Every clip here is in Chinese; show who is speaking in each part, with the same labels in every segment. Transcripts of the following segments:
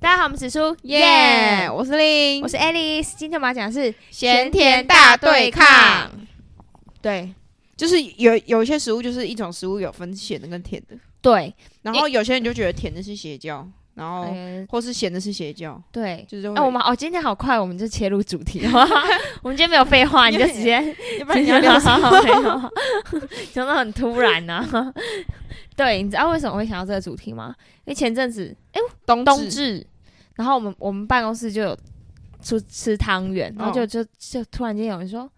Speaker 1: 大家好，我们指出
Speaker 2: 耶我是令，
Speaker 1: 我是 Alice，今天我们要讲的是
Speaker 2: 咸甜大对抗。
Speaker 1: 对
Speaker 2: 就是有有一些食物，就是一种食物有分咸的跟甜的，
Speaker 1: 对，
Speaker 2: 然后有些人就觉得甜的是邪教，然后
Speaker 1: 嗯，
Speaker 2: 或是咸的是邪教，
Speaker 1: 对。
Speaker 2: 就是会
Speaker 1: 哎、我们哦，今天好快，我们就切入主题 了。我们今天没有废话，你就直接
Speaker 2: 要 不然 你要聊什么？
Speaker 1: 没 有讲的很突然呢、 对，你知道为什么会想到这个主题吗？因为前阵子哎
Speaker 2: 冬
Speaker 1: 冬
Speaker 2: 至
Speaker 1: 至，然后我们我们办公室就有出吃汤圆，然后就、
Speaker 2: 哦
Speaker 1: 就就突然间有人说，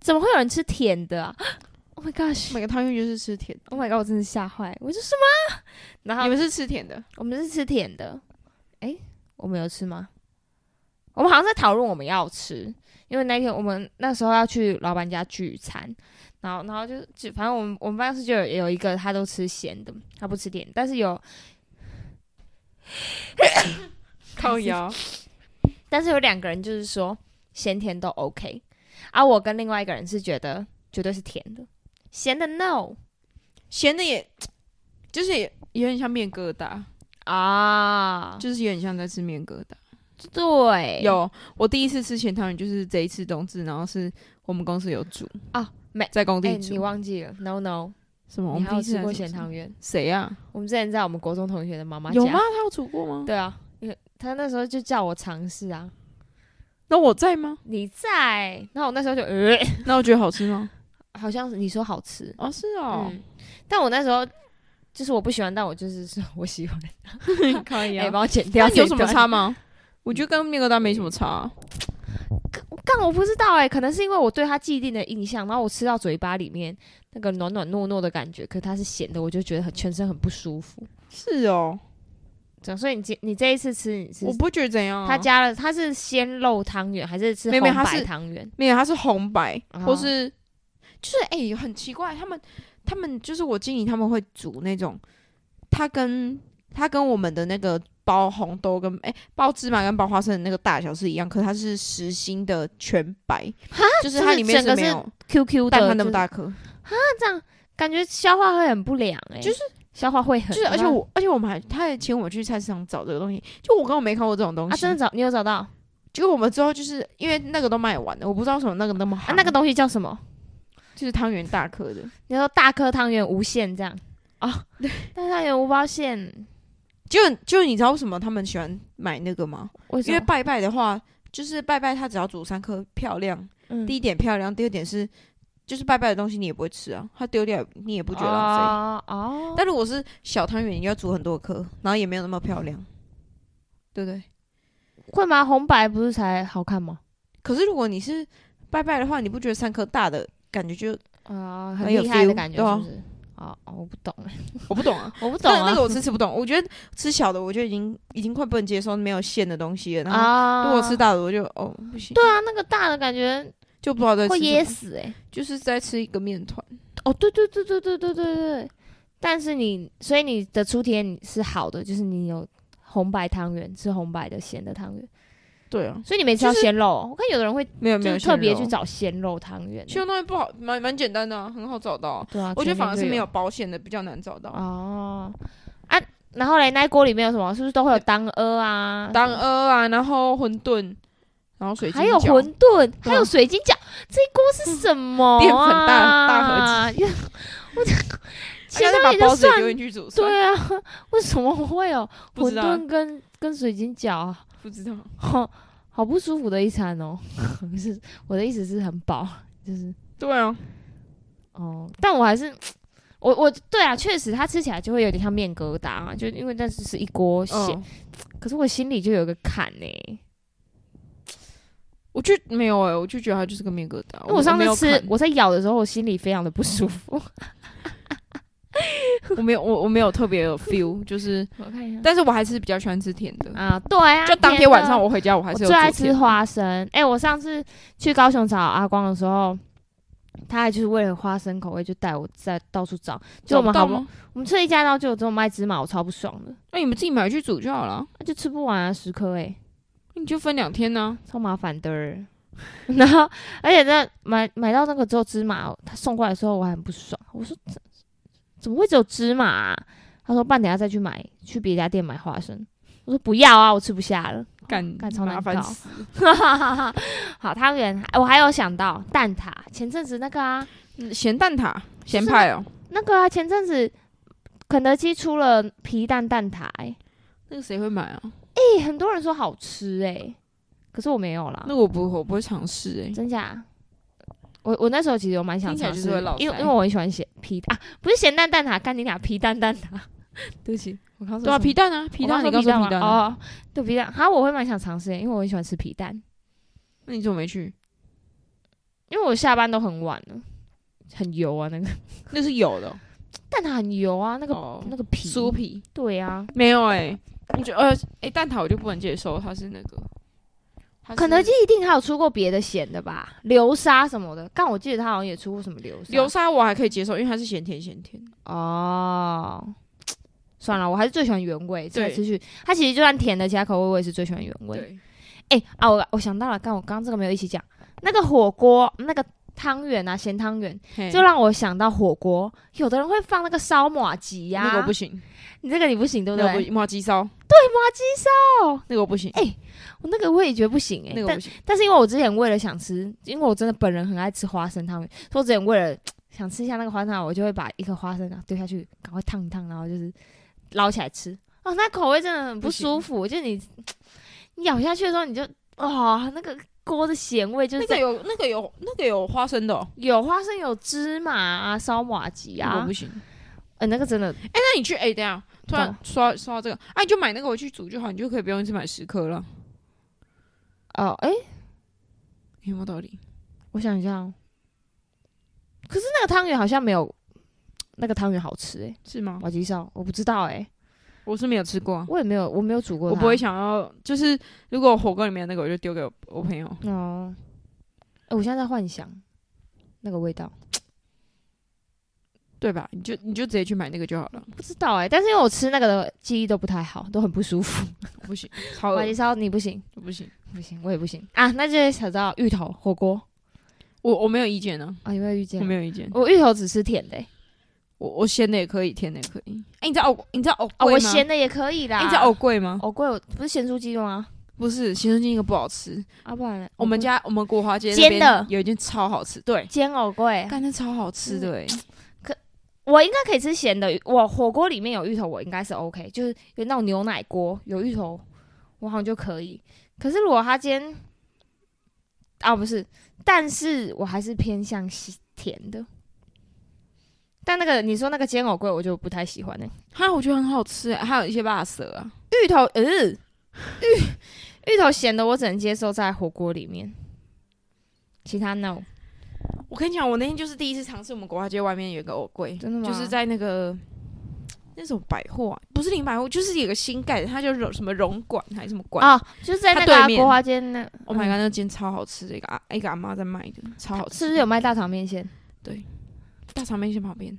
Speaker 1: 怎么会有人吃甜的啊 ？Oh my gosh！Oh
Speaker 2: 每个汤圆就是吃甜的，
Speaker 1: Oh my god！我真的吓坏，我说什么？然
Speaker 2: 你
Speaker 1: 后
Speaker 2: 们是吃甜的，
Speaker 1: 我们是吃甜的，诶，我们有吃吗？我们好像在讨论我们要吃，因为那天我们那时候要去老板家聚餐，然后然后就就反正我们我们办公室就有有一个他都吃咸的，他不吃甜，但是有
Speaker 2: 靠腰，
Speaker 1: 但是有两个人就是说咸甜都 OK，啊，我跟另外一个人是觉得绝对是甜的，咸的 no
Speaker 2: 咸的也就是也也很像面疙瘩，
Speaker 1: 啊，
Speaker 2: 就是有点像在吃面疙瘩。
Speaker 1: 对，哎
Speaker 2: 有，我第一次吃咸汤圆就是这一次冬至，然后是我们公司有煮
Speaker 1: 啊没
Speaker 2: 在工
Speaker 1: 哎、
Speaker 2: 地
Speaker 1: 你
Speaker 2: 煮
Speaker 1: 忘记了 no no，
Speaker 2: 什么？我
Speaker 1: 你还
Speaker 2: 们第
Speaker 1: 有
Speaker 2: 一次
Speaker 1: 吃过
Speaker 2: 还是
Speaker 1: 咸
Speaker 2: 什么
Speaker 1: 汤圆？
Speaker 2: 谁呀？
Speaker 1: 我们之前在我们国中同学的妈妈家
Speaker 2: 有吗？？他有煮过吗？
Speaker 1: 对啊，因为他那时候就叫我尝试啊，
Speaker 2: 那我在吗？
Speaker 1: 你在，那我那时候就呃，
Speaker 2: 那我觉得好吃 吗？
Speaker 1: 好像是你说好吃，
Speaker 2: 哦，是哦，
Speaker 1: 嗯，但我那时候就是我不喜欢，但我就是说我喜欢，
Speaker 2: 可以啊
Speaker 1: 哎、帮我剪掉
Speaker 2: 那
Speaker 1: 这
Speaker 2: 有
Speaker 1: 一
Speaker 2: 什
Speaker 1: 段，
Speaker 2: 么差吗？我觉得跟面疙瘩没什么差啊、
Speaker 1: 但我不知道哎、可能是因为我对它既定的印象，然后我吃到嘴巴里面那个暖暖糯糯的感觉，可它是咸的，我就觉得很全身很不舒服。
Speaker 2: 是哦，
Speaker 1: 这样，所以你今你这一次吃你是
Speaker 2: 我不觉得怎样、啊。
Speaker 1: 他加了，它是鲜肉汤圆还是吃
Speaker 2: 没
Speaker 1: 红
Speaker 2: 有没有它
Speaker 1: 白
Speaker 2: 是
Speaker 1: 汤圆？
Speaker 2: 没有，它是红白，
Speaker 1: 哦
Speaker 2: 或是啊就是哎、很奇怪，他们他们就是我经理他们会煮那种，它跟它跟我们的那个包红豆跟哎、包芝麻跟包花生的那个大小是一样，可它是实心的全白，就是它
Speaker 1: 是
Speaker 2: 里面
Speaker 1: 整个
Speaker 2: 没
Speaker 1: 是
Speaker 2: 有
Speaker 1: QQ 的，
Speaker 2: 蛋它那
Speaker 1: 就
Speaker 2: 么
Speaker 1: 是，
Speaker 2: 大颗，
Speaker 1: 感觉消化会很不良哎、
Speaker 2: 就是
Speaker 1: 消化会很，
Speaker 2: 就是而且我而且我们还他还请我们去菜市场找这个东西，就我根本没看过这种东西，
Speaker 1: 啊，真的找你有找到啊？
Speaker 2: 结果我们之后就是因为那个都卖完了，我不知道为什么那个那么好、
Speaker 1: 啊那个东西叫什么？
Speaker 2: 就是汤圆大颗的，
Speaker 1: 你说大颗汤圆无限这样
Speaker 2: 哦
Speaker 1: 啊？ 大汤圆无包馅，
Speaker 2: 就就你知道为什么他们喜欢买那个吗？
Speaker 1: 为
Speaker 2: 因
Speaker 1: 什
Speaker 2: 为
Speaker 1: 么？
Speaker 2: 拜拜的话，就是拜拜它只要煮三颗漂亮，
Speaker 1: 嗯
Speaker 2: 第一点漂亮，第二点是就是拜拜的东西你也不会吃啊，它丢掉你也不觉得浪费。
Speaker 1: 哦哦，
Speaker 2: 但如果是小汤圆，你要煮很多颗，然后也没有那么漂亮，对不对？
Speaker 1: 会吗？红白不是才好看吗？
Speaker 2: 可是如果你是拜拜的话，你不觉得三颗大的感觉就
Speaker 1: 啊、很
Speaker 2: 很有
Speaker 1: 厉害的
Speaker 2: feel，
Speaker 1: 感觉
Speaker 2: 对啊
Speaker 1: 是不是？啊、哦，我不懂，
Speaker 2: 我不懂 啊，
Speaker 1: 我不懂
Speaker 2: 那那
Speaker 1: 啊
Speaker 2: 个我吃吃不懂，我觉得吃小的我就已经已经快不能接受没有馅的东西了。然后
Speaker 1: 啊！
Speaker 2: 如果吃大的，我就哦不行，
Speaker 1: 对啊，那个大的感觉
Speaker 2: 就不知道在吃
Speaker 1: 会
Speaker 2: 什
Speaker 1: 噎
Speaker 2: 么，
Speaker 1: 死哎、
Speaker 2: 就是在吃一个面团。
Speaker 1: 哦，对对对对对对对对。但是你，所以你的初体验是好的，就是你有红白汤圆，吃红白的咸的汤圆，
Speaker 2: 对啊，
Speaker 1: 所以你没吃到
Speaker 2: 就是
Speaker 1: 鲜肉哦。我看有的人会
Speaker 2: 没有没
Speaker 1: 就
Speaker 2: 有
Speaker 1: 是特别
Speaker 2: 鲜
Speaker 1: 去
Speaker 2: 肉，
Speaker 1: 找鲜肉汤圆欸，
Speaker 2: 鲜肉东西不好，蛮蛮简单的、啊，很好找到啊、
Speaker 1: 对啊，
Speaker 2: 我觉得
Speaker 1: 全
Speaker 2: 反
Speaker 1: 年
Speaker 2: 而
Speaker 1: 就是
Speaker 2: 没有包馅的比较难找到。
Speaker 1: 哦啊。然后嘞，那一锅里面有什么？是不是都会有当鹅啊？
Speaker 2: 当鹅啊，然后馄饨，然后水晶
Speaker 1: 还有
Speaker 2: 饺
Speaker 1: 馄饨，
Speaker 2: 对啊
Speaker 1: 还有水晶饺，这一锅是什么、啊？
Speaker 2: 淀粉大大
Speaker 1: 合集。哦啊 我
Speaker 2: 大
Speaker 1: 前
Speaker 2: 家再
Speaker 1: 面
Speaker 2: 把
Speaker 1: 也
Speaker 2: 包
Speaker 1: 就
Speaker 2: 子
Speaker 1: 算
Speaker 2: 丢进去煮算，
Speaker 1: 对啊， 为什么会有
Speaker 2: 不
Speaker 1: 馄
Speaker 2: 知道啊
Speaker 1: 饨跟跟水晶饺啊？
Speaker 2: 不知道。
Speaker 1: 好好不舒服的一餐哦。 是我的意思是很饱，就是
Speaker 2: 对啊，
Speaker 1: 哦，但我还是。我我对啊，确实它吃起来就会有点像面疙瘩嘛，就因为那只是一锅咸，
Speaker 2: 嗯，
Speaker 1: 可是我心里就有个坎呢、
Speaker 2: 我就没有哎、我就觉得它就是个面疙瘩。
Speaker 1: 因为我上
Speaker 2: 哦没
Speaker 1: 次
Speaker 2: 有
Speaker 1: 吃
Speaker 2: 嗯看，
Speaker 1: 我在咬的时候，我心里非常的不舒服。
Speaker 2: 我没有我我没有特别 有 feel，就是，
Speaker 1: 我看一下，
Speaker 2: 但是我还是比较喜欢吃甜的。
Speaker 1: 啊，对啊，
Speaker 2: 就当天
Speaker 1: 甜的
Speaker 2: 晚上我回家，我还
Speaker 1: 我
Speaker 2: 是有
Speaker 1: 最爱
Speaker 2: 煮
Speaker 1: 吃
Speaker 2: 甜的
Speaker 1: 花生。哎、我上次去高雄找阿光的时候，他还就是为了花生口味就带我在到处找，就我们好
Speaker 2: 找
Speaker 1: 不
Speaker 2: 不到
Speaker 1: 容
Speaker 2: 吗？
Speaker 1: 我们吃了一家，然后就有这种卖芝麻，我超不爽的，
Speaker 2: 那你们自己买去煮就好了，
Speaker 1: 那就吃不完啊，十颗哎、
Speaker 2: 你就分两天呢、
Speaker 1: 超麻烦的儿。 然后，而且那买买到那个只有芝麻，他送过来的时候我还很不爽，我说怎怎么会只有芝麻、啊？他说半等下再去买，去别家店买花生。我说不要啊，我吃不下了。
Speaker 2: 哦干
Speaker 1: 干超难
Speaker 2: 麻烦
Speaker 1: 搞
Speaker 2: 死。
Speaker 1: 好，汤圆，我还有想到蛋挞，前阵子那个啊，
Speaker 2: 嗯咸蛋挞，咸派哦，
Speaker 1: 那个啊，前阵子肯德基出了皮蛋蛋挞、欸，
Speaker 2: 那个谁会买啊？
Speaker 1: 哎、很多人说好吃哎、可是我没有啦
Speaker 2: 那，我不，我不会尝试哎。
Speaker 1: 真假？我我那时候其实有蛮想
Speaker 2: 听起来
Speaker 1: 尝
Speaker 2: 就
Speaker 1: 试
Speaker 2: 是会落，
Speaker 1: 因为
Speaker 2: 腮
Speaker 1: 因为我很喜欢咸皮啊，不是咸蛋蛋挞，干你俩皮蛋蛋挞， 对不起，我刚说
Speaker 2: 对啊，
Speaker 1: 什么
Speaker 2: 皮蛋啊，皮蛋，
Speaker 1: 我
Speaker 2: 你
Speaker 1: 刚说皮
Speaker 2: 刚说皮
Speaker 1: 蛋
Speaker 2: 蛋
Speaker 1: 吗
Speaker 2: 啊，
Speaker 1: 哦，对皮蛋，哈，我会蛮想尝试的，因为我很喜欢吃皮蛋，
Speaker 2: 那你怎么没去？
Speaker 1: 因为我下班都很晚了，很油啊那个
Speaker 2: 那是有的哦，
Speaker 1: 蛋挞很油啊，那个、
Speaker 2: 哦
Speaker 1: 那个皮，
Speaker 2: 酥皮
Speaker 1: 对啊，
Speaker 2: 没有哎。我觉得呃，哎，蛋挞我就不能接受，它是那个它是
Speaker 1: 肯德基一定还有出过别的咸的吧，流沙什么的，但我记得他好像也出过什么流沙，
Speaker 2: 流沙我还可以接受，因为它是咸甜咸甜。
Speaker 1: 哦。算了，我还是最喜欢原味。吃来
Speaker 2: 对
Speaker 1: 吃去，它其实就算甜的，其他口味我也是最喜欢原味。
Speaker 2: 对，
Speaker 1: 哎、啊，我我想到了，刚我刚刚这个没有一起讲，那个火锅，那个汤圆啊，咸汤圆，
Speaker 2: 嘿
Speaker 1: 就让我想到火锅，有的人会放那个烧马吉呀、
Speaker 2: 那个我不行，
Speaker 1: 你这个你不行，对不
Speaker 2: 那
Speaker 1: 对？
Speaker 2: 个我不麻鸡烧，
Speaker 1: 马吉烧，
Speaker 2: 那个我不行，
Speaker 1: 哎我那个我也觉得不行哎、
Speaker 2: 那个我
Speaker 1: 但
Speaker 2: 不行。
Speaker 1: 但是因为我之前为了想吃，因为我真的本人很爱吃花生汤圆，所以我之前为了想吃一下那个花生汤圆，我就会把一颗花生啊丢下去，赶快烫一烫，然后就是捞起来吃。哦，那口味真的很不
Speaker 2: 不行
Speaker 1: 舒服，就你你咬下去的时候，你就哇、那个锅的咸味就是
Speaker 2: 那
Speaker 1: 在、
Speaker 2: 个有那个有那个有花生的哦，
Speaker 1: 有花生有芝麻啊，烧马吉
Speaker 2: 那个我
Speaker 1: 啊
Speaker 2: 不，行。
Speaker 1: 呃，那个真的
Speaker 2: 哎，那你去哎，等一下突然
Speaker 1: 干
Speaker 2: 刷刷到这个，哎，你就买那个回去煮就好，你就可以不用一次买十颗了，
Speaker 1: 哦，哎、
Speaker 2: 有没有道理？
Speaker 1: 我想一下、哦，可是那个汤圆好像没有那个汤圆好吃诶、欸，
Speaker 2: 是吗？
Speaker 1: 马吉烧我不知道诶、
Speaker 2: 我是没有吃过啊，
Speaker 1: 我也没有我啊没有煮过
Speaker 2: 我
Speaker 1: 它，
Speaker 2: 不会想要，就是如果火锅里面那个，我就丢给我我朋友。
Speaker 1: 哦。诶我现在在幻想那个味道，
Speaker 2: 对吧？你就你就直接去买那个就好了，
Speaker 1: 不知道诶、哎但是因为我吃那个的记忆都不太好，都很不舒 服。
Speaker 2: 我不行，超
Speaker 1: 马吉
Speaker 2: 恶
Speaker 1: 烧你不行，
Speaker 2: 我不行，
Speaker 1: 不行，我也不行啊。那就想到芋头火锅
Speaker 2: 我我没有意见呢、
Speaker 1: 啊，有没有遇见
Speaker 2: 我？没有意见，
Speaker 1: 我芋头只吃甜的、欸，
Speaker 2: 我我咸的也可以，甜的也可以。哎、你知道藕你知道藕
Speaker 1: 啊，
Speaker 2: 桂吗？
Speaker 1: 我咸的也啊哦可以啦。
Speaker 2: 哎、你知道藕桂吗？
Speaker 1: 藕桂，我不是咸酥鸡的吗？
Speaker 2: 不是，咸酥鸡那个不好吃。
Speaker 1: 啊，不然嘞
Speaker 2: 我们家我们国华街那
Speaker 1: 煎
Speaker 2: 边
Speaker 1: 的哎
Speaker 2: 有一间超好吃，对，
Speaker 1: 煎藕桂，
Speaker 2: 干那超好吃的、哎、
Speaker 1: 我应该可以吃咸的，我火锅里面有芋头，我应该是 OK，就是有那种牛奶锅有芋头，我好像就可以。可是如果他今天啊不是，但是我还是偏向喜甜的。但那个你说那个煎藕桂，我就不太喜欢欸呢、
Speaker 2: 哈，我觉得很好吃、哎还有一些辣蛇啊，
Speaker 1: 芋头，呃，芋芋头咸的我只能接受在火锅里面，其他 no。
Speaker 2: 我跟你讲，我那天就是第一次尝试我们国华街外面有一个藕桂，
Speaker 1: 真的吗
Speaker 2: 就是在那个那种百货、啊，不是林百货，就是有个新盖的，它叫荣什么荣馆还是什么馆。
Speaker 1: 啊，就是在那
Speaker 2: 它
Speaker 1: 个、啊、
Speaker 2: 对面
Speaker 1: 国华街那，
Speaker 2: Oh my god，那间超好吃的，一个阿一个阿妈在卖的，超好吃。
Speaker 1: 是不是有卖大肠面线？
Speaker 2: 大肠面线旁边？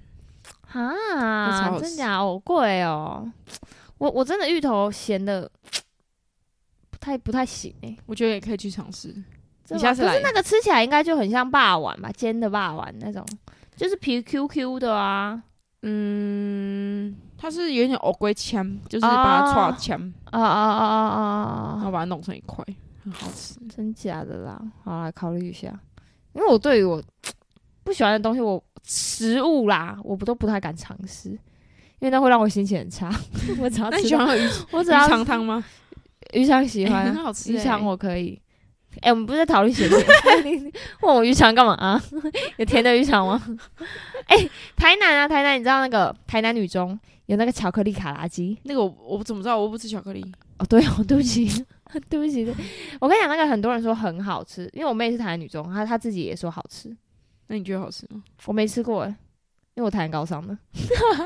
Speaker 2: 超
Speaker 1: 啊，
Speaker 2: 好
Speaker 1: 真
Speaker 2: 吃
Speaker 1: 啊假好贵哦！我我真的芋头咸的不太不太行哎、
Speaker 2: 我觉得也可以去尝试。
Speaker 1: 真的吗
Speaker 2: 下次
Speaker 1: 可是
Speaker 2: 来
Speaker 1: 那个吃起来应该就很像霸碗吧，煎的霸碗那种，就是皮 Q Q 的啊。
Speaker 2: 嗯，它是有点藕龟腔，就是把它
Speaker 1: 啊
Speaker 2: 串腔，
Speaker 1: 啊啊
Speaker 2: 哦
Speaker 1: 啊啊啊
Speaker 2: 然
Speaker 1: 啊啊！
Speaker 2: 后把它弄成一块，很好吃。
Speaker 1: 真假的啦，好来考虑一下，因为我对于我不喜欢的东西，我食物啦，我不都不太敢尝试，因为那会让我心情很差。 我只要
Speaker 2: 那
Speaker 1: 啊
Speaker 2: 你
Speaker 1: 吃
Speaker 2: 喜
Speaker 1: 到，
Speaker 2: 欢喝鱼鱼
Speaker 1: 我只要
Speaker 2: 肠 汤吗？
Speaker 1: 鱼肠喜欢啊、
Speaker 2: 欸 很好吃欸。
Speaker 1: 鱼肠我可以。哎、我们不是在讨论咸甜， 你你问我鱼肠干嘛啊？ 有甜的鱼肠吗？哎、台南啊，台南，你知道那个台南女中有那个巧克力卡拉鸡？
Speaker 2: 那个我我怎么知道？我不吃巧克力。
Speaker 1: 哦，对哦，对不起， 对不起，对我跟你讲，那个很多人说很好吃，因为我妹是台南女中，她她自己也说好吃，
Speaker 2: 那你觉得好吃吗？
Speaker 1: 我没吃过哎、因为我台南高商的，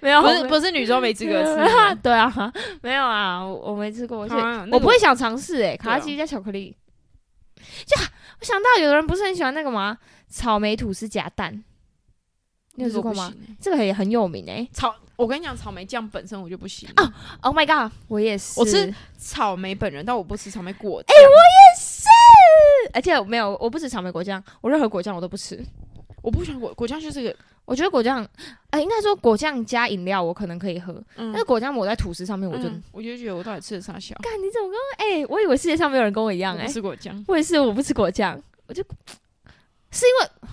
Speaker 1: 没有，
Speaker 2: 不
Speaker 1: 哦我
Speaker 2: 是
Speaker 1: 没
Speaker 2: 不是，女装没资格
Speaker 1: 啊
Speaker 2: 吃。
Speaker 1: 对啊，没有啊，我我没吃过，而且
Speaker 2: 好啊那
Speaker 1: 我
Speaker 2: 个
Speaker 1: 不会想尝试诶，
Speaker 2: 对
Speaker 1: 卡
Speaker 2: 啊
Speaker 1: 拉鸡加巧克力。就我想到有的人不是很喜欢那个嘛，草莓吐司夹蛋，你有吃
Speaker 2: 那个
Speaker 1: 过
Speaker 2: 我不
Speaker 1: 吗？
Speaker 2: 行欸？
Speaker 1: 这个也很有名欸诶。
Speaker 2: 草，我跟你讲，草莓酱本身我就不行。
Speaker 1: Oh my god，我也是，
Speaker 2: 我吃草莓本人，但我不吃草莓果
Speaker 1: 哎、
Speaker 2: 酱。
Speaker 1: 我也是，而且没有，我不吃草莓果酱，我任何果酱我都不吃。
Speaker 2: 我不喜欢果果酱，就是个
Speaker 1: 我觉得果酱，哎、应该说果酱加饮料我可能可以喝，
Speaker 2: 嗯
Speaker 1: 但是果酱抹在吐司上面我就，
Speaker 2: 嗯我就觉得我到底吃的啥小，
Speaker 1: 干、你怎么跟我？哎、我以为世界上没有人跟我一样哎、
Speaker 2: 我不吃果酱。
Speaker 1: 我也是，我不吃果酱，我就是因为，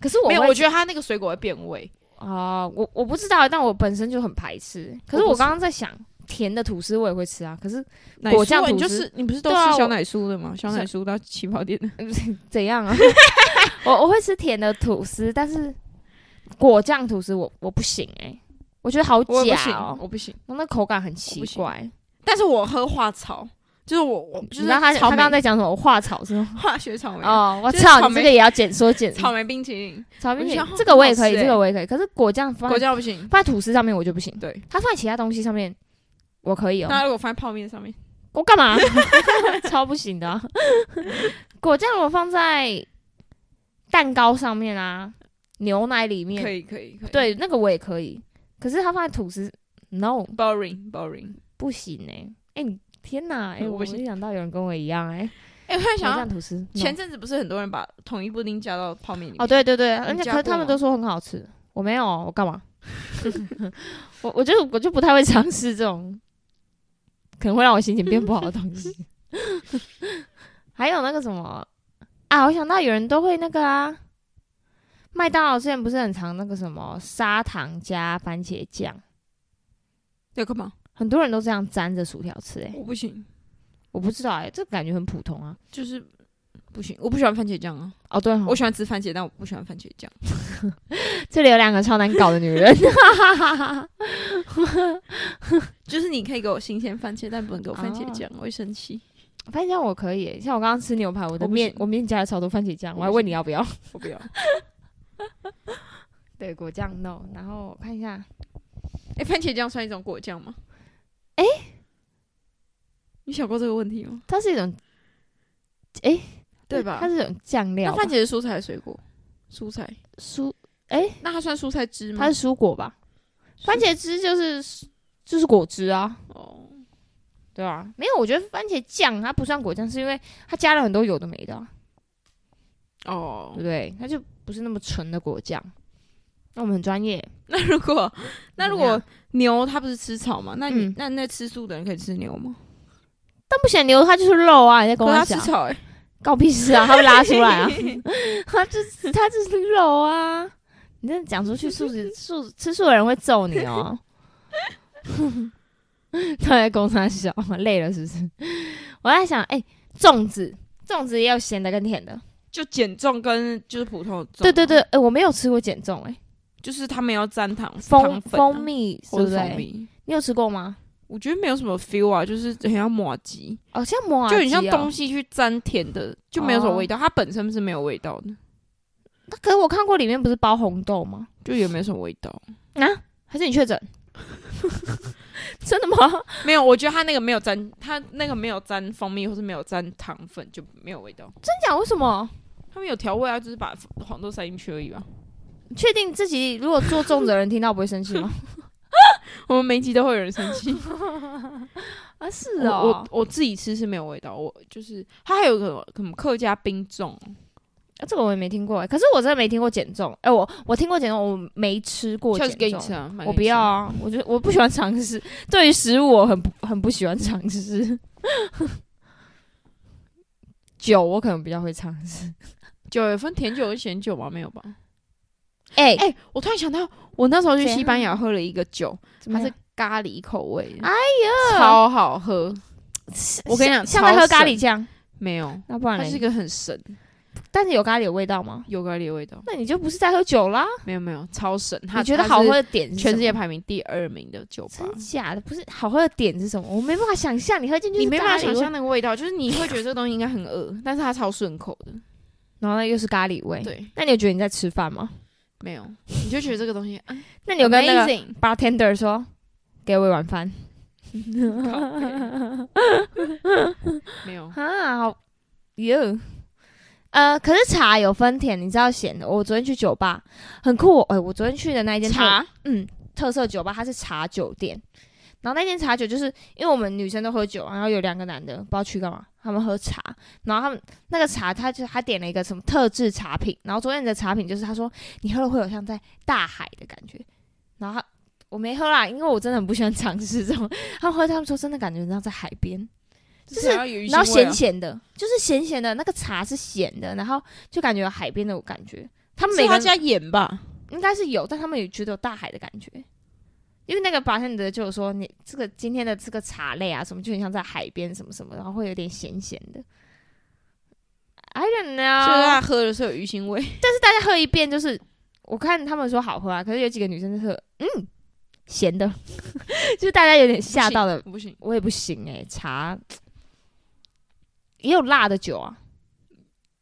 Speaker 1: 可是我
Speaker 2: 没有，
Speaker 1: 会
Speaker 2: 我觉得它那个水果会变味。
Speaker 1: 啊、我我不知道，但我本身就很排斥。可是
Speaker 2: 我不
Speaker 1: 我
Speaker 2: 是
Speaker 1: 刚刚在想，甜的吐司我也会吃啊，可是
Speaker 2: 奶
Speaker 1: 果
Speaker 2: 酥
Speaker 1: 酱
Speaker 2: 啊你
Speaker 1: 吐
Speaker 2: 就
Speaker 1: 司
Speaker 2: 是你不是都
Speaker 1: 对啊
Speaker 2: 吃小
Speaker 1: 我
Speaker 2: 奶酥的吗？小奶酥到起跑点的，
Speaker 1: 怎样 啊？我我会吃甜的吐司，但是果酱吐司我我不行哎、我觉得好
Speaker 2: 我也
Speaker 1: 假
Speaker 2: 不行，
Speaker 1: 哦、
Speaker 2: 我不行。
Speaker 1: 然后那口感很奇怪。
Speaker 2: 但是我喝花草，就是我我
Speaker 1: 你
Speaker 2: 就
Speaker 1: 知
Speaker 2: 是
Speaker 1: 道他他
Speaker 2: 草
Speaker 1: 刚刚
Speaker 2: 莓
Speaker 1: 在讲什么？我画草是吗？
Speaker 2: 化学草莓，啊
Speaker 1: 哦，我
Speaker 2: 就是
Speaker 1: 操，
Speaker 2: 草
Speaker 1: 你
Speaker 2: 莓
Speaker 1: 这个也要剪说剪
Speaker 2: 草莓冰淇淋，
Speaker 1: 草莓
Speaker 2: 我就
Speaker 1: 卷
Speaker 2: 想哦
Speaker 1: 这个我也可以，
Speaker 2: 很好吃欸
Speaker 1: 这个我也可以。可是果酱放
Speaker 2: 果
Speaker 1: 在
Speaker 2: 酱不行。
Speaker 1: 放在吐司上面我就不行，
Speaker 2: 对，
Speaker 1: 它放在其他东西上面我可以哦、
Speaker 2: 那如果放在泡面上面，
Speaker 1: 我干嘛？ 超不行的啊、果酱我放在蛋糕上面啊，牛奶里
Speaker 2: 可
Speaker 1: 面，
Speaker 2: 以可以可以。
Speaker 1: 对，那个我也可以。可是它放在吐司，no，
Speaker 2: ，boring boring。
Speaker 1: 不行哎、欸！哎、你天哪！哎、
Speaker 2: 嗯
Speaker 1: 我
Speaker 2: 我不行
Speaker 1: 没想到有人跟我一样哎、
Speaker 2: 哎，我突
Speaker 1: 果
Speaker 2: 然想
Speaker 1: 酱
Speaker 2: 到，
Speaker 1: 吐司 no
Speaker 2: 前阵子不是很多人把统一布丁加到泡面里面？
Speaker 1: 哦，对对对，而
Speaker 2: 你
Speaker 1: 且
Speaker 2: 加
Speaker 1: 可是
Speaker 2: 过
Speaker 1: 他们
Speaker 2: 吗
Speaker 1: 都说很好吃，我没有，我干嘛？ 我我就我就不太会尝试这种可能会让我心情变不好的东西。 还有那个什么啊，我想到有人都会那个啊，麦当劳之前不是很常那个什么砂糖加番茄酱，
Speaker 2: 要干嘛？
Speaker 1: 很多人都这样沾着薯条吃、欸，
Speaker 2: 我不行，
Speaker 1: 我不知道哎、这感觉很普通啊。
Speaker 2: 就是不行，我不喜欢番茄酱啊。
Speaker 1: 哦，对哦，
Speaker 2: 我喜欢吃番茄，但我不喜欢番茄酱。
Speaker 1: 这里有两个超难搞的女人，
Speaker 2: 就是你可以给我新鲜番茄，但不能给我番茄
Speaker 1: 啊
Speaker 2: 酱，我会生气。
Speaker 1: 番茄酱我可以耶，像我刚刚吃牛排，我的
Speaker 2: 我不
Speaker 1: 面
Speaker 2: 行
Speaker 1: 我面加了超多番茄酱，
Speaker 2: 我
Speaker 1: 我还
Speaker 2: 不
Speaker 1: 问
Speaker 2: 行
Speaker 1: 你要不要。
Speaker 2: 我不要。
Speaker 1: 对，果酱 no，然后我看一下，
Speaker 2: 哎、番茄酱算一种果酱吗？
Speaker 1: 诶
Speaker 2: 你想过这个问题吗？
Speaker 1: 它是一种
Speaker 2: 对吧
Speaker 1: 它？是一种酱料
Speaker 2: 那
Speaker 1: 吧，
Speaker 2: 番茄是蔬菜还是水果？蔬菜，
Speaker 1: 蔬
Speaker 2: 那它算蔬菜汁吗？
Speaker 1: 它是蔬果吧？
Speaker 2: 蔬
Speaker 1: 番茄汁就是就是果汁啊，
Speaker 2: 哦，
Speaker 1: 对啊，没有，我觉得番茄酱它不算果酱，是因为它加了很多有的没的啊、对不
Speaker 2: 哦。
Speaker 1: 对？它就不是那么纯的果酱。那我们很专业，
Speaker 2: 那如果那
Speaker 1: 怎
Speaker 2: 如
Speaker 1: 么样
Speaker 2: 果牛它不是吃草吗？那你、
Speaker 1: 嗯
Speaker 2: 那那吃素的人可以吃牛吗？
Speaker 1: 但不显牛它就是肉啊！你在跟
Speaker 2: 可是
Speaker 1: 我
Speaker 2: 它
Speaker 1: 讲
Speaker 2: 吃，草哎、
Speaker 1: 告屁事啊！它会拉出来 啊！它就是它就是肉啊！你真的讲出去，素 食素吃素的人会揍你哦。 他在工厂小，累了是不是？我在想，哎、粽子，粽子也有咸的跟甜的。
Speaker 2: 就减重跟就是普通的重，啊
Speaker 1: 对对对，，哎、我没有吃过碱粽、哎，
Speaker 2: 就是他们要沾糖
Speaker 1: 蜂
Speaker 2: 糖粉啊
Speaker 1: 蜂蜜是
Speaker 2: 或
Speaker 1: 不
Speaker 2: 者
Speaker 1: 是？
Speaker 2: 蜂蜜。
Speaker 1: 你有吃过吗？
Speaker 2: 我觉得没有什么 feel 啊，就是很像马吉，
Speaker 1: 哦，像摩尔、
Speaker 2: 就很像东。西去沾甜的，就没有什么
Speaker 1: 哦
Speaker 2: 味道。它本身是没有味道的，
Speaker 1: 那哦可是我看过里面不是包红豆吗？
Speaker 2: 就也没什么味道。
Speaker 1: 啊，还是你确诊？ 真的吗？
Speaker 2: 没有，我觉得它那个没有沾，它那个没有沾蜂蜜或是没有沾糖粉就没有味道。
Speaker 1: 真假？为什么？
Speaker 2: 他们有调味啊，就是把黄豆塞进去而已吧。
Speaker 1: 确定自己如果做粽子的人听到不会生 气吗？
Speaker 2: 我们每一集都会有人生气。
Speaker 1: 啊，是
Speaker 2: 我
Speaker 1: 哦，
Speaker 2: 我我自己吃是没有味道，我就是它还有个什么客家冰粽，
Speaker 1: 啊这个我也没听过哎，可是我真的没听过减重。哎、我我听过减重，我没吃过
Speaker 2: 下
Speaker 1: 减
Speaker 2: 次给你
Speaker 1: 重。
Speaker 2: 吃啊，买给
Speaker 1: 我
Speaker 2: 你
Speaker 1: 不
Speaker 2: 吃
Speaker 1: 要。啊！我觉得我不喜欢尝试， 对于食物我很不很不喜欢尝试。 酒我可能比较会尝试。
Speaker 2: 酒有分甜酒跟咸酒吗？没有吧？
Speaker 1: 哎、
Speaker 2: 哎、我突然想到，我那时候去
Speaker 1: 怎样
Speaker 2: 西班牙喝了一个酒，
Speaker 1: 怎么
Speaker 2: 它是
Speaker 1: 样
Speaker 2: 咖喱口味的，
Speaker 1: 哎
Speaker 2: 呀，超好喝！我跟你讲，
Speaker 1: 像在喝
Speaker 2: 超
Speaker 1: 咖
Speaker 2: 神
Speaker 1: 喱酱，
Speaker 2: 没有，
Speaker 1: 那不然
Speaker 2: 它是一
Speaker 1: 嘞？
Speaker 2: 个很神
Speaker 1: 但是有咖喱的味道吗？
Speaker 2: 有咖喱的味道，
Speaker 1: 那你就不是在喝酒啦？
Speaker 2: 没有没有，超神！它
Speaker 1: 你觉得
Speaker 2: 它
Speaker 1: 好喝
Speaker 2: 是
Speaker 1: 的点是
Speaker 2: 全世
Speaker 1: 什
Speaker 2: 界
Speaker 1: 么
Speaker 2: 排名第二名的酒吧，
Speaker 1: 真假的不是好喝的点是什么？我没办法想象，你喝进去
Speaker 2: 你
Speaker 1: 是
Speaker 2: 没
Speaker 1: 咖
Speaker 2: 办法
Speaker 1: 喱
Speaker 2: 想
Speaker 1: 味
Speaker 2: 象，那个味道，就是你会觉得这个东西应该很 恶，但是它超顺口的。
Speaker 1: 然后那又是咖喱味。
Speaker 2: 对，
Speaker 1: 那你有觉得你在吃饭吗？
Speaker 2: 没有，你就觉得这个东西，嗯，
Speaker 1: 那 你有跟那个
Speaker 2: amazing
Speaker 1: bartender 说，给我一碗饭
Speaker 2: 没有，
Speaker 1: 啊？好，哟，呃，可是茶有分甜，你知道咸的。我昨天去酒吧，很酷哦。哎、我昨天去的那一间特，嗯，特色酒吧，它是茶酒店，然后那间茶酒就是因为我们女生都喝酒啊，然后有两个男的不知道去干嘛，他们喝茶，然后他们那个茶他就他点了一个什么特制茶品，然后昨天的茶品就是他说你喝了会有像在大海的感觉，然后他我没喝啦，因为我真的很不喜欢尝试这种，他们喝他们说真的感觉像在海边，
Speaker 2: 就是要有鱼腥
Speaker 1: 然后
Speaker 2: 味
Speaker 1: 咸
Speaker 2: 啊
Speaker 1: 咸的，就是咸咸的，那个茶是咸的，然后就感觉有海边的感觉。他们
Speaker 2: 是啊
Speaker 1: 每个
Speaker 2: 他
Speaker 1: 人
Speaker 2: 家盐吧？
Speaker 1: 应该是有，但他们也觉得有大海的感觉。因为那个保险的就有说，你这个今天的这个茶类啊，什么就很像在海边什么什么，然后会有点咸咸的。I don't
Speaker 2: 所以
Speaker 1: know，
Speaker 2: 他喝的时候有鱼腥味。
Speaker 1: 大家喝一遍就是，我看他们说好喝啊，可是有几个女生就是，嗯，咸的， 就是大家有点吓到了，
Speaker 2: 不行，
Speaker 1: 我也不行哎、茶也有辣的酒啊，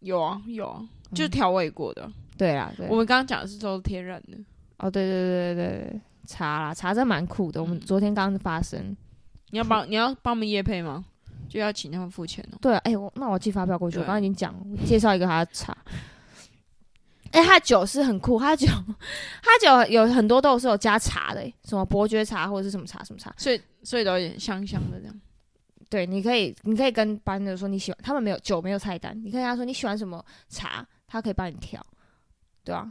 Speaker 2: 有啊有啊，就是
Speaker 1: 嗯
Speaker 2: 调味过的。
Speaker 1: 对啦，对，
Speaker 2: 我们刚刚讲的是都是天然的，
Speaker 1: 哦，对对对对对，茶啦，茶真蛮酷的。我们
Speaker 2: 嗯
Speaker 1: 昨天刚发生，
Speaker 2: 你要帮你要帮我们夜配吗？就要请他们付钱哦。
Speaker 1: 对啊，哎、我那我寄发票过去，我
Speaker 2: 对
Speaker 1: 刚刚已经讲了，我介绍一个他的茶。哎、他的酒是很酷，他的酒，他的酒有很多都是有加茶的、什么伯爵茶或者是什么茶什么茶。
Speaker 2: 所以所以都有点香香的这样。
Speaker 1: 对，你可以，你可以跟班的说你喜欢，他们没有酒没有菜单，你可以跟他说你喜欢什么茶，他可以帮你调，对啊。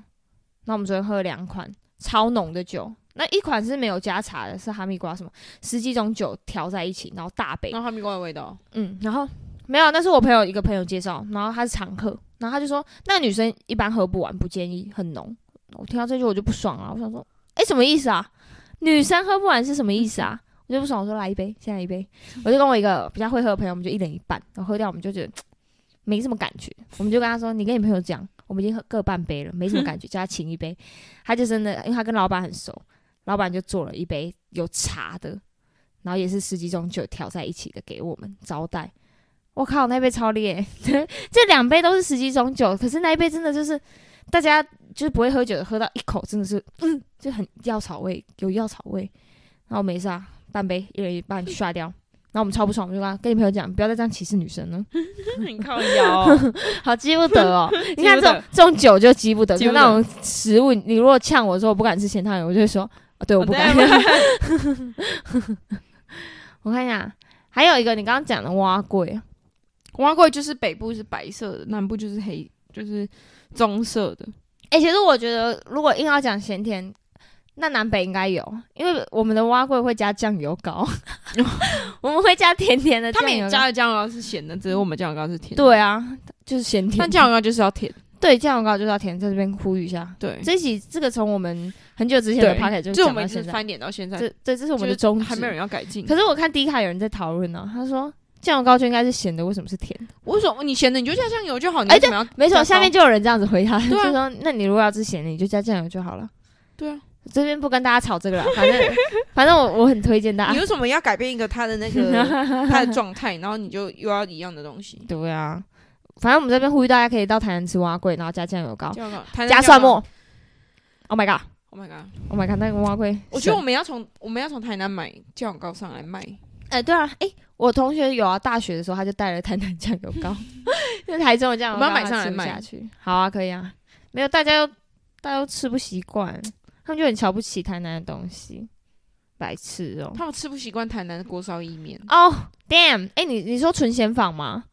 Speaker 1: 那我们昨天喝了两款超浓的酒，那一款是没有加茶的，是哈密瓜什么十几种酒调在一起，然后大杯
Speaker 2: 然后哈密瓜的 味道，
Speaker 1: 嗯，然后没有，那是我朋友一个朋友介绍，然后他是常客，然后他就说那个女生一般喝不完，不建议，很浓。我听到这句我就不爽了，我想说，哎，什么意思啊？女生喝不完是什么意思啊？我就不爽，我说来一杯，现在一杯，我就跟我一个比较会喝的朋友，我们就一人一半，然后喝掉我们就觉得没什么感觉，我们就跟他说，你跟你朋友讲，我们已经喝各半杯了，没什么感觉，叫他请一杯，他就真的，因为他跟老板很熟，老板就做了一杯有茶的，然后也是十几种酒调在一起的给我们招待。我靠，那杯超烈， 这两杯都是十几种酒，可是那一杯真的就是大家就是不会喝酒的，喝到一口真的是，嗯，就很药草味，有药草味。然后没事啊，半杯一人一半刷掉。然后我们超不爽，我们就跟他跟你朋友讲，不要再这样歧视女生 了，
Speaker 2: 很靠腰哦。
Speaker 1: 好激不得哦。你看这
Speaker 2: 激不
Speaker 1: 种
Speaker 2: 得
Speaker 1: 这种酒就激不得，
Speaker 2: 激
Speaker 1: 就
Speaker 2: 不得
Speaker 1: 那种食物，你如果呛我说我不敢吃咸汤圆，我就会说，啊、对，我不敢。 我看一下，还有一个你刚刚讲的蛙柜，
Speaker 2: 蛙桂就是北部是白色的，南部就是黑，就是棕色的。
Speaker 1: 哎、其实我觉得如果硬要讲咸甜，那南北应该有，因为我们的蛙柜会加酱油 膏， 我们会加甜甜的
Speaker 2: 哦他
Speaker 1: 酱
Speaker 2: 们
Speaker 1: 油
Speaker 2: 也
Speaker 1: 膏。
Speaker 2: 加的酱油膏是咸的，只是我们酱油膏是甜的。，
Speaker 1: 对啊，就是咸甜
Speaker 2: 但。酱油膏就是要甜。
Speaker 1: 对酱油膏就是要甜，在这边呼吁一下。
Speaker 2: 对，
Speaker 1: 这一集这个从我们很久之前的
Speaker 2: 对
Speaker 1: p o c a s t 就
Speaker 2: 这我
Speaker 1: 讲
Speaker 2: 们
Speaker 1: 到
Speaker 2: 也是
Speaker 1: 现在，
Speaker 2: 翻脸到现在，
Speaker 1: 这对，这是我们的
Speaker 2: 就是
Speaker 1: 宗
Speaker 2: 还没有
Speaker 1: 旨。
Speaker 2: 人要改进。
Speaker 1: 可是我看第一卡有人在讨论呢，他说酱油膏就应该是咸的，为什么是甜的？
Speaker 2: 为什么你咸的你就加酱油就好？你
Speaker 1: 哎
Speaker 2: 为什么要
Speaker 1: 没错，
Speaker 2: 加
Speaker 1: 下面
Speaker 2: 高
Speaker 1: 就有人这样子回答，就
Speaker 2: 对啊
Speaker 1: 说那你如果要吃咸的，你就加酱油就好了。
Speaker 2: 对啊？
Speaker 1: 这边不跟大家吵这个了，反正 反正我我很推荐大
Speaker 2: 你
Speaker 1: 家。
Speaker 2: 为什么要改变一个他的 那个他的状态，然后你就又要一样的东西？
Speaker 1: 对啊，反正我们这边呼吁大家可以到台南吃蛙桂，然后加酱油膏、
Speaker 2: 酱油膏台南
Speaker 1: 加
Speaker 2: 酱
Speaker 1: 蒜
Speaker 2: 油膏
Speaker 1: 末。Oh my god!
Speaker 2: Oh my god！
Speaker 1: Oh my god! 那个蛙桂，
Speaker 2: 我觉得我们要从我们要从台南买酱油膏上来卖，
Speaker 1: 哎、对啊，哎、我同学有啊，大学的时候他就带了台南酱油 膏，因为台中的酱油膏
Speaker 2: 我们要买
Speaker 1: 他
Speaker 2: 上来
Speaker 1: 吃不
Speaker 2: 卖
Speaker 1: 下去。好啊，可以啊，没有大家都大家都吃不习惯，他们就很瞧不起台南的东西，白痴哦、
Speaker 2: 他们吃不习惯台南的锅烧意面。
Speaker 1: 哦、damn！哎、你你说纯咸坊吗？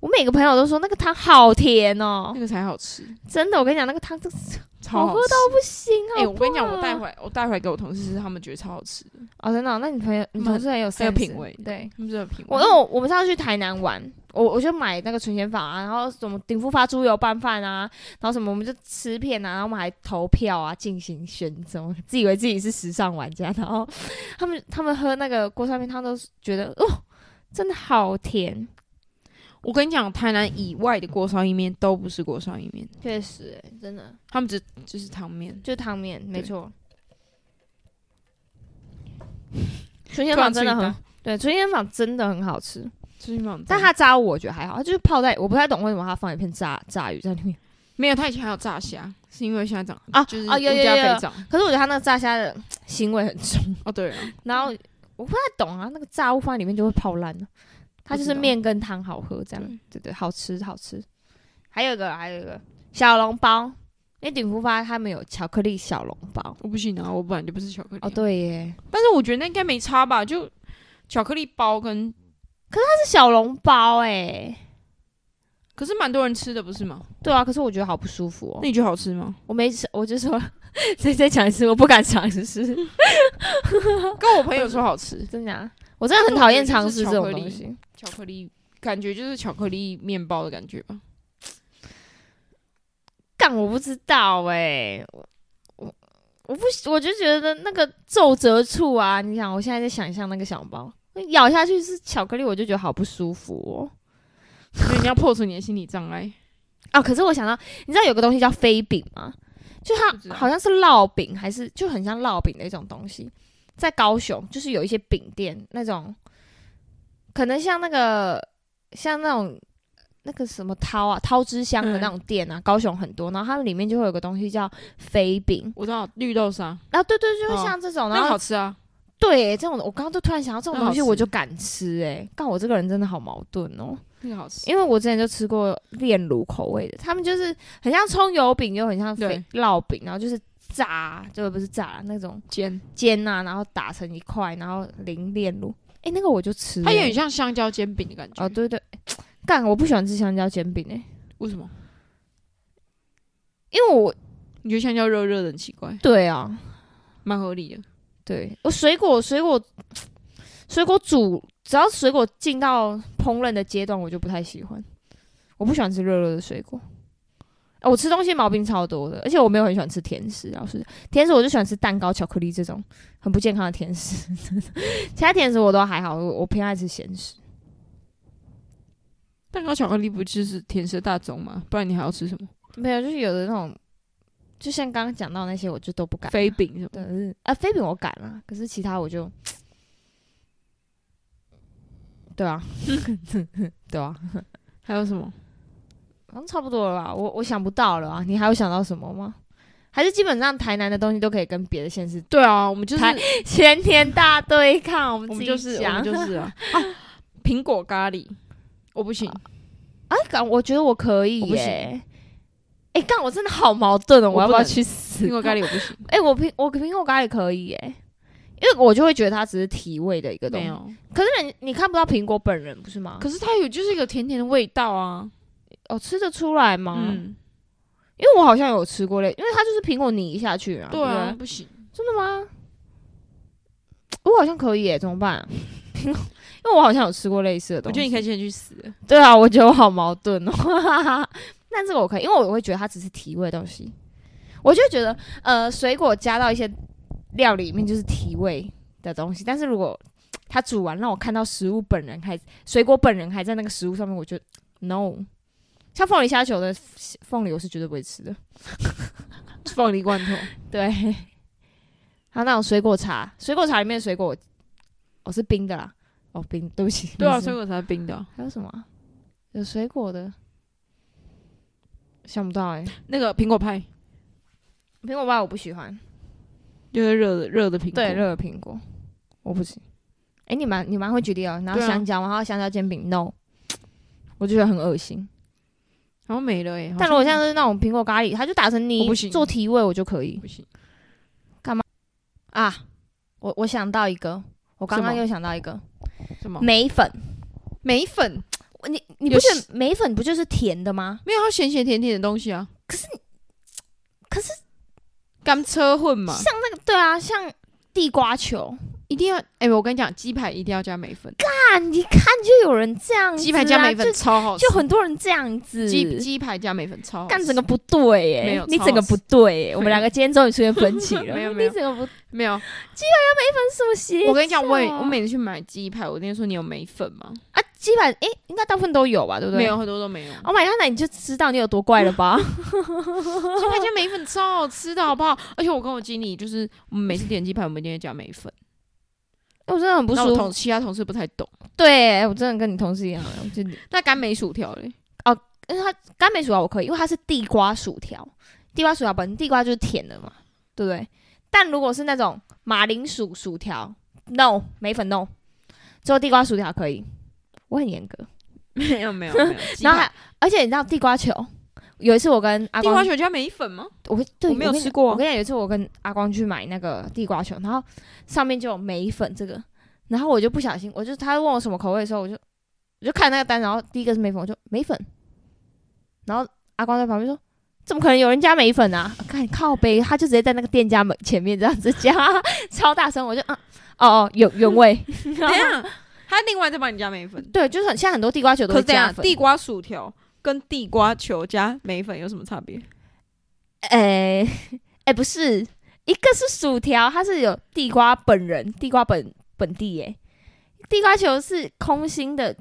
Speaker 1: 我每个朋友都说那个汤好甜哦、
Speaker 2: 那个才好吃，
Speaker 1: 真的，我跟你讲，那个汤真是
Speaker 2: 超
Speaker 1: 好
Speaker 2: 好
Speaker 1: 喝
Speaker 2: 到
Speaker 1: 不行啊！
Speaker 2: 哎、我跟你讲，我带
Speaker 1: 来
Speaker 2: 回来，我带回来给我同事吃，他们觉得超好吃的，
Speaker 1: 哦，真的哦、那你朋友你同事很有
Speaker 2: 很有
Speaker 1: sense
Speaker 2: 品味
Speaker 1: 对，
Speaker 2: 他们真的品
Speaker 1: 我
Speaker 2: 味。
Speaker 1: 因为我我们上次去台南玩，我我就买那个纯鲜坊啊，然后什么鼎富发猪油拌饭啊，然后什么我们就吃片啊，然后我们还投票啊进行选中，自以为自己是时尚玩家，然后他们他们喝那个锅烧面汤都觉得哦，真的好甜，
Speaker 2: 我跟你讲，台南以外的锅烧意面都不是锅烧意面，
Speaker 1: 确实、真的
Speaker 2: 他们只就是汤面。
Speaker 1: 就汤面没
Speaker 2: 对
Speaker 1: 错。 纯鲜
Speaker 2: 突
Speaker 1: 坊
Speaker 2: 然
Speaker 1: 真的
Speaker 2: 注意
Speaker 1: 很
Speaker 2: 到，
Speaker 1: 对，纯鲜坊真的很好吃。
Speaker 2: 就是那种，
Speaker 1: 但它炸物我觉得还好，它就是泡在，我不太懂为什么它放一片炸炸鱼在里面。
Speaker 2: 没有，他以前还有炸虾，是因为现在涨
Speaker 1: 啊
Speaker 2: 就是
Speaker 1: 啊有
Speaker 2: 物
Speaker 1: 有
Speaker 2: 价
Speaker 1: 有有
Speaker 2: 飞涨。
Speaker 1: 可是我觉得它那个炸虾的腥味很重，
Speaker 2: 哦，对啊，
Speaker 1: 然后我不太懂啊，那个炸物放在里面就会泡烂了。它就是面跟汤好喝，这样
Speaker 2: 对
Speaker 1: 对对，好吃好吃。还有一个还有一个小笼包，因为鼎福发他们有巧克力小笼包。
Speaker 2: 我不行啊，我本来就不吃巧克力。
Speaker 1: 哦，对耶，
Speaker 2: 但是我觉得那应该没差吧，就巧克力包跟，
Speaker 1: 它是小笼包哎，
Speaker 2: 可是蛮多人吃的不是吗？
Speaker 1: 对啊，可是我觉得好不舒服哦
Speaker 2: 那，你觉得好吃吗？
Speaker 1: 我没吃，我就说再再讲一次，我不敢尝 试，
Speaker 2: 跟我朋友说好吃，
Speaker 1: 真的啊、我真的很讨厌尝试这
Speaker 2: 我
Speaker 1: 种
Speaker 2: 觉得
Speaker 1: 东
Speaker 2: 就是巧
Speaker 1: 西。
Speaker 2: 克巧克力感觉就是巧克力面包的感觉吧。
Speaker 1: 干，我不知道哎、我我我不喜，我就觉得那个皱褶处啊，你想，我现在在想象那个小笼包，咬下去是巧克力，我就觉得好不舒服哦。
Speaker 2: 所以你要破除你的心理障碍，
Speaker 1: 啊，可是我想到，你知道有个东西叫飞饼吗？就
Speaker 2: 不知
Speaker 1: 它
Speaker 2: 道
Speaker 1: 好像是烙饼，还是就很像烙饼的一种东西，在高雄就是有一些饼店那种，可能像那个像那种那个什么涛啊涛之乡
Speaker 2: 嗯
Speaker 1: 的那种店啊，高雄很多，然后它们里面就会有个东西叫飞饼，
Speaker 2: 我知道绿豆沙，
Speaker 1: 啊，对对，就是
Speaker 2: 哦
Speaker 1: 像这种，
Speaker 2: 那
Speaker 1: 然
Speaker 2: 个
Speaker 1: 后
Speaker 2: 好吃啊。
Speaker 1: 对这种的，我刚刚就突然想到这种
Speaker 2: 那好
Speaker 1: 东西，
Speaker 2: 吃
Speaker 1: 我就敢吃哎、但我这个人真的好矛盾哦、
Speaker 2: 那个好吃，
Speaker 1: 因为我之前就吃过炼乳口味的，他们就是很像葱油饼，又很像肥烙饼，然后就是炸，就不是炸那种
Speaker 2: 煎，
Speaker 1: 煎啊，然后打成一块，然后淋炼乳。诶，那个我就吃了、
Speaker 2: 它有点像香蕉煎饼的感觉。
Speaker 1: 哦，对对，干，我不喜欢吃香蕉煎饼诶、
Speaker 2: 为什么？
Speaker 1: 因为我
Speaker 2: 你觉得香蕉热热的很奇怪？
Speaker 1: 对啊，
Speaker 2: 蛮合理的。
Speaker 1: 对我水果水果水果煮，只要水果进到烹饪的阶段，我就不太喜欢。我不喜欢吃热热的水果。呃我吃东西毛病超多的，而且我没有很喜欢吃甜食。老实讲，甜食我就喜欢吃蛋糕、巧克力这种很不健康的甜食， 其他甜食我都还好。我我偏爱吃咸食。
Speaker 2: 蛋糕巧克力不就是甜食大宗吗？不然你还要吃什么？
Speaker 1: 没有，就是有的那种，就像刚刚讲到那些，我就都不敢。
Speaker 2: 飞饼什么？
Speaker 1: 对，是啊，飞饼我敢啦，可是其他我就，对啊，对啊，
Speaker 2: 还有什么？
Speaker 1: 好像差不多了吧？我我想不到了啊，你还有想到什么吗？还是基本上台南的东西都可以跟别的县 市
Speaker 2: 对啊，我们就是
Speaker 1: 台前天大对 抗，我们
Speaker 2: 我
Speaker 1: 自
Speaker 2: 们
Speaker 1: 己
Speaker 2: 就是我
Speaker 1: 讲
Speaker 2: 们就是啊 啊，苹果咖喱，我不行，
Speaker 1: 哎，干，我觉得我可以
Speaker 2: 我不行
Speaker 1: 耶。哎，干，我真的好矛盾哦！
Speaker 2: 我
Speaker 1: 我要不
Speaker 2: 不
Speaker 1: 要
Speaker 2: 能
Speaker 1: 去死
Speaker 2: 苹？果咖喱我不行，
Speaker 1: 哎，我苹我苹果咖喱可以耶，因为我就会觉得它只是提味的一个东
Speaker 2: 没
Speaker 1: 西。
Speaker 2: 有。
Speaker 1: 可是人你看不到苹果本人不是吗？
Speaker 2: 可是它有就是一个甜甜的味道啊，
Speaker 1: 哦，吃得出来吗？
Speaker 2: 嗯，
Speaker 1: 因为我好像有吃过类，因为它就是苹果泥下去啊。
Speaker 2: 对
Speaker 1: 对
Speaker 2: 啊，
Speaker 1: 不
Speaker 2: 不行，
Speaker 1: 对，真的吗？我好像可以耶，怎么办、 啊？因为我好像有吃过类似的
Speaker 2: 我
Speaker 1: 东西。
Speaker 2: 觉得你可以先去死了。
Speaker 1: 对啊，我觉得我好矛盾哦。 但这个我可以，因为我会觉得它只是提味的东西，我就会觉得呃，水果加到一些料理里面就是提味的东西。但是如果它煮完让我看到食物本人还水果本人还在那个食物上面，我就 no。像凤梨虾球的凤梨，我是绝对不会吃的。
Speaker 2: 凤梨罐头，
Speaker 1: 对，还有那种水果茶，水果茶里面的水果，我、哦、是冰的啦。哦，冰，对不起。
Speaker 2: 对啊，
Speaker 1: 不是
Speaker 2: 水果才是冰的啊。
Speaker 1: 还有什么啊？有水果的，想不到哎、
Speaker 2: 那个苹果派
Speaker 1: 苹果派我不喜欢，
Speaker 2: 就是热的热的苹果，
Speaker 1: 对，热的苹果我不行。哎、你蛮你蛮会举例哦，然后
Speaker 2: 对啊
Speaker 1: 香蕉，然后香蕉煎饼，no，我就觉得很恶心。
Speaker 2: 然后没了哎。
Speaker 1: 但如果像
Speaker 2: 在
Speaker 1: 是那种苹果咖喱，它就打成
Speaker 2: 我
Speaker 1: 泥
Speaker 2: 不行
Speaker 1: 做提味，我就可以
Speaker 2: 不行，
Speaker 1: 啊。我我想到一个，我刚刚
Speaker 2: 什么哦
Speaker 1: 又想到一个
Speaker 2: 什么
Speaker 1: 梅粉，
Speaker 2: 梅粉？
Speaker 1: 你你
Speaker 2: 有
Speaker 1: 不觉得梅粉不就是甜的吗？
Speaker 2: 没有，它咸咸甜甜的东西啊。
Speaker 1: 可是
Speaker 2: 甘车混嘛，
Speaker 1: 对啊，像地瓜球，
Speaker 2: 一定要哎、我跟你讲，鸡排一定要加梅粉，
Speaker 1: 啊，你一看就有人这样子啊、
Speaker 2: 鸡排加梅
Speaker 1: 就
Speaker 2: 粉超好吃，
Speaker 1: 就很多人这样子，
Speaker 2: 鸡鸡排加梅粉超好吃。
Speaker 1: 干整个不对耶、
Speaker 2: 没有
Speaker 1: 你
Speaker 2: 超
Speaker 1: 整个
Speaker 2: 好
Speaker 1: 不
Speaker 2: 吃
Speaker 1: 对耶、我们两个今天终于出现分歧了，
Speaker 2: 没有没
Speaker 1: 你
Speaker 2: 有
Speaker 1: 整个不
Speaker 2: 没有，
Speaker 1: 什么邪？
Speaker 2: 我跟你讲，我也
Speaker 1: 啊
Speaker 2: 我每次去买鸡排，我一定说你有梅粉吗？
Speaker 1: 啊，基本诶、应该大部分都有吧，对不对？
Speaker 2: 没有，很多都没有。
Speaker 1: ，Oh my god，那你就知道你有多怪了 吧？
Speaker 2: 鸡排加梅粉超好吃的，好不好？而且我跟我经理就是，我们每次点鸡排，我们一定会加梅粉。
Speaker 1: 我真的很不
Speaker 2: 那我
Speaker 1: 舒
Speaker 2: 同
Speaker 1: 服。
Speaker 2: 其他同事不太懂。
Speaker 1: 对，我真的跟你同事一样，我就
Speaker 2: 那干梅薯条嘞？
Speaker 1: 因为它干梅薯啊条我可以，因为它是地瓜薯条，地瓜薯条本身地瓜就是甜的嘛，对不对？但如果是那种马铃薯薯条，no，梅粉 no，只有地瓜薯条可以，我很严格。
Speaker 2: 没有没有没有。
Speaker 1: 然后还而且你知道地瓜球，有一次我跟阿
Speaker 2: 地
Speaker 1: 光
Speaker 2: 瓜，球加梅粉吗？
Speaker 1: 我跟对
Speaker 2: 我没有
Speaker 1: 跟你
Speaker 2: 吃过啊
Speaker 1: 我跟你讲，有一次我跟阿光去买那个地瓜球，然后上面就有梅粉这个，然后我就不小心，我就他问我什么口味的时候，我就我就看那个单，然后第一个是梅粉，我就梅粉，然后阿光在旁边说。怎么可能有人加梅粉啊？看靠背，他就直接在那个店家门前面这样子加， 超大声，我就啊哦哦有原味，
Speaker 2: 等一下， 他另外再帮你加梅粉。
Speaker 1: 对，就是很现在很多地瓜球都
Speaker 2: 可
Speaker 1: 会
Speaker 2: 是等一
Speaker 1: 加
Speaker 2: 下，
Speaker 1: 粉，
Speaker 2: 地瓜薯条跟地瓜球加梅粉有什么差别？
Speaker 1: 诶 诶，不是，一个是薯条，它是有地瓜本人，地瓜本本地耶。地瓜球是空心的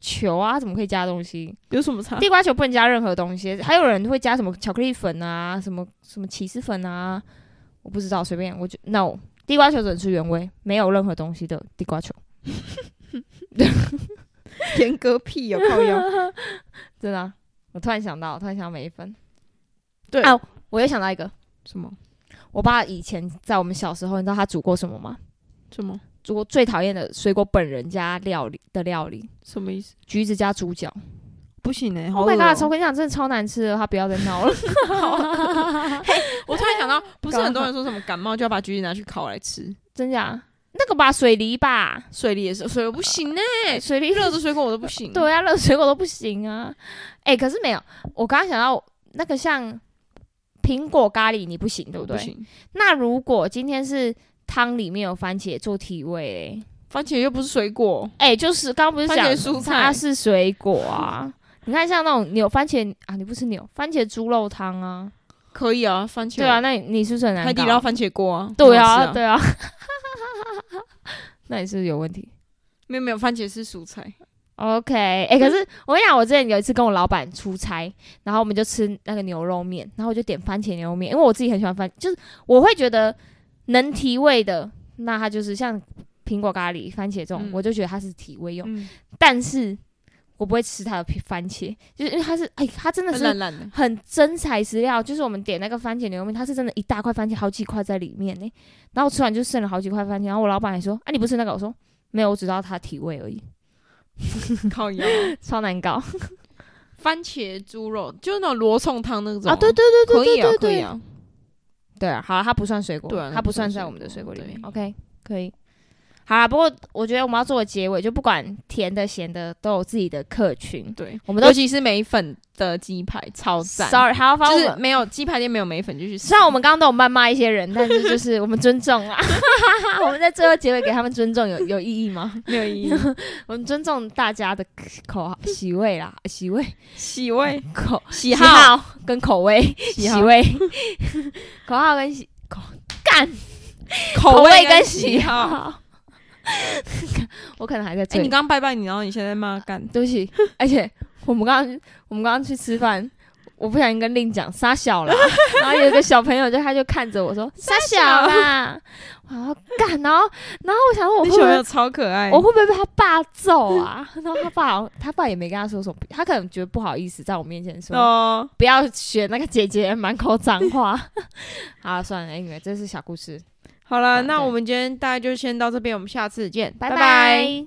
Speaker 1: 球啊，怎么可以加东西？
Speaker 2: 有什么 差？
Speaker 1: 地瓜球不能加任何东西，还有人会加什么巧克力粉啊，什么什么起司粉啊，我不知道，随便。我就 no，地瓜球只能吃原味，没有任何东西的地瓜球，
Speaker 2: 严格屁有靠腰。
Speaker 1: 真的啊、我突然想到，突然想到梅粉，
Speaker 2: 对
Speaker 1: 啊，我又想到一个，
Speaker 2: 什么
Speaker 1: 我爸以前在我们小时候，你知道他煮过什么吗？
Speaker 2: 什么
Speaker 1: 煮过最讨厌的水果本人加料理的料理，
Speaker 2: 什么意思？
Speaker 1: 橘子加猪脚。
Speaker 2: 不行哎、好
Speaker 1: Oh
Speaker 2: 恶
Speaker 1: my
Speaker 2: 哦
Speaker 1: god！我跟你讲，真的超难吃的，他不要再闹了。
Speaker 2: 我突然想到，不是很多人说什么感冒就要把橘子拿去烤来吃，
Speaker 1: 真假？那个吧，水梨吧，
Speaker 2: 水梨也是，水梨我不行呢、
Speaker 1: 水梨
Speaker 2: 热的 水果我都不行。
Speaker 1: 对啊，热水果都不行啊。哎、可是没有，我刚刚想到那个像苹果咖喱，你不行对
Speaker 2: 我
Speaker 1: 不
Speaker 2: 不
Speaker 1: 对？
Speaker 2: 行，
Speaker 1: 那如果今天是汤里面有番茄做提味、欸，
Speaker 2: 番茄又不是水果，
Speaker 1: 哎、就是刚刚不是
Speaker 2: 番
Speaker 1: 讲
Speaker 2: 茄蔬菜
Speaker 1: 它是水果啊？你看像那种牛番茄啊，你不吃牛番茄猪肉汤啊？
Speaker 2: 可以啊，番茄
Speaker 1: 对啊，，那你你是不是很难
Speaker 2: 海底
Speaker 1: 搞
Speaker 2: 捞番茄锅啊，
Speaker 1: 对
Speaker 2: 很好吃
Speaker 1: 啊，
Speaker 2: 啊，
Speaker 1: 对啊， 那你是不是有问题
Speaker 2: 没有没有，番茄是蔬菜，
Speaker 1: ？OK，哎、可是我跟你讲，我之前有一次跟我老板出差，然后我们就吃那个牛肉面，然后我就点番茄牛肉面，因为我自己很喜欢番，就是我会觉得能提味的，那它就是像苹果咖喱、番茄这种，
Speaker 2: 嗯
Speaker 1: 我就觉得它是提味用，
Speaker 2: 嗯，
Speaker 1: 但是我不会吃它的皮番茄，就是因为它是，哎、它真的是
Speaker 2: 烂烂 的，
Speaker 1: 很真材实料，就是我们点那个番茄牛肉面，它是真的一大块番茄，好几块在里面呢、然后我吃完就剩了好几块番茄，然后我老板还说：“啊，你不吃那个？”我说：“没有，我只知道它提味 而已，
Speaker 2: 靠腰。
Speaker 1: 超难搞。
Speaker 2: 番茄猪肉就是那种罗宋汤那种
Speaker 1: 啊对
Speaker 2: 对对可以啊，可以啊。”
Speaker 1: 对啊，好啊，它不算水果，
Speaker 2: 对啊
Speaker 1: 它不算
Speaker 2: 它不算
Speaker 1: 在我们的水
Speaker 2: 水
Speaker 1: 果
Speaker 2: 果
Speaker 1: 里 面。
Speaker 2: 对
Speaker 1: OK，可以。好啊，不过我觉得我们要做个结尾，就不管甜的、咸的，都有自己的客群。
Speaker 2: 对，
Speaker 1: 我们都
Speaker 2: 尤其是梅粉的鸡排超 赞
Speaker 1: sorry，好，反
Speaker 2: 就
Speaker 1: 正我
Speaker 2: 是
Speaker 1: 们
Speaker 2: 没有鸡排店没有梅粉就去吃
Speaker 1: 虽。然我们刚刚都有谩骂一些人，但是就是我们尊重啦。 我们在最后结尾给他们尊重有有意义吗？
Speaker 2: 没有意义，
Speaker 1: 我们尊重大家的口号喜味 啦，喜味
Speaker 2: 喜味、
Speaker 1: 口
Speaker 2: 喜好、
Speaker 1: 好跟口味，
Speaker 2: 喜
Speaker 1: 喜味口号跟喜口干
Speaker 2: 口
Speaker 1: 味
Speaker 2: 跟
Speaker 1: 跟喜。好。 我可能还在
Speaker 2: 哎，
Speaker 1: 醉，
Speaker 2: 你刚刚拜拜你，然后你现在骂干，
Speaker 1: 对不起。而且我们刚刚我们刚刚去吃饭，我不小心跟令讲傻小 啦，然后有一个小朋友就他就看着我说傻小啦，然后干，然后然后我想说我
Speaker 2: 那
Speaker 1: 会
Speaker 2: 小
Speaker 1: 不
Speaker 2: 朋
Speaker 1: 会
Speaker 2: 友超可爱
Speaker 1: 我。会不会被他爸揍啊？ 然后他爸好像，他爸也没跟他说什么，他可能觉得不好意思在我面前说，
Speaker 2: 哦，
Speaker 1: 不要学那个姐姐满口脏话。 好、算了，因为这是小故事，
Speaker 2: 好了，
Speaker 1: 对
Speaker 2: 那我们今天大概就先到这边，我们下次见，
Speaker 1: 拜
Speaker 2: 拜。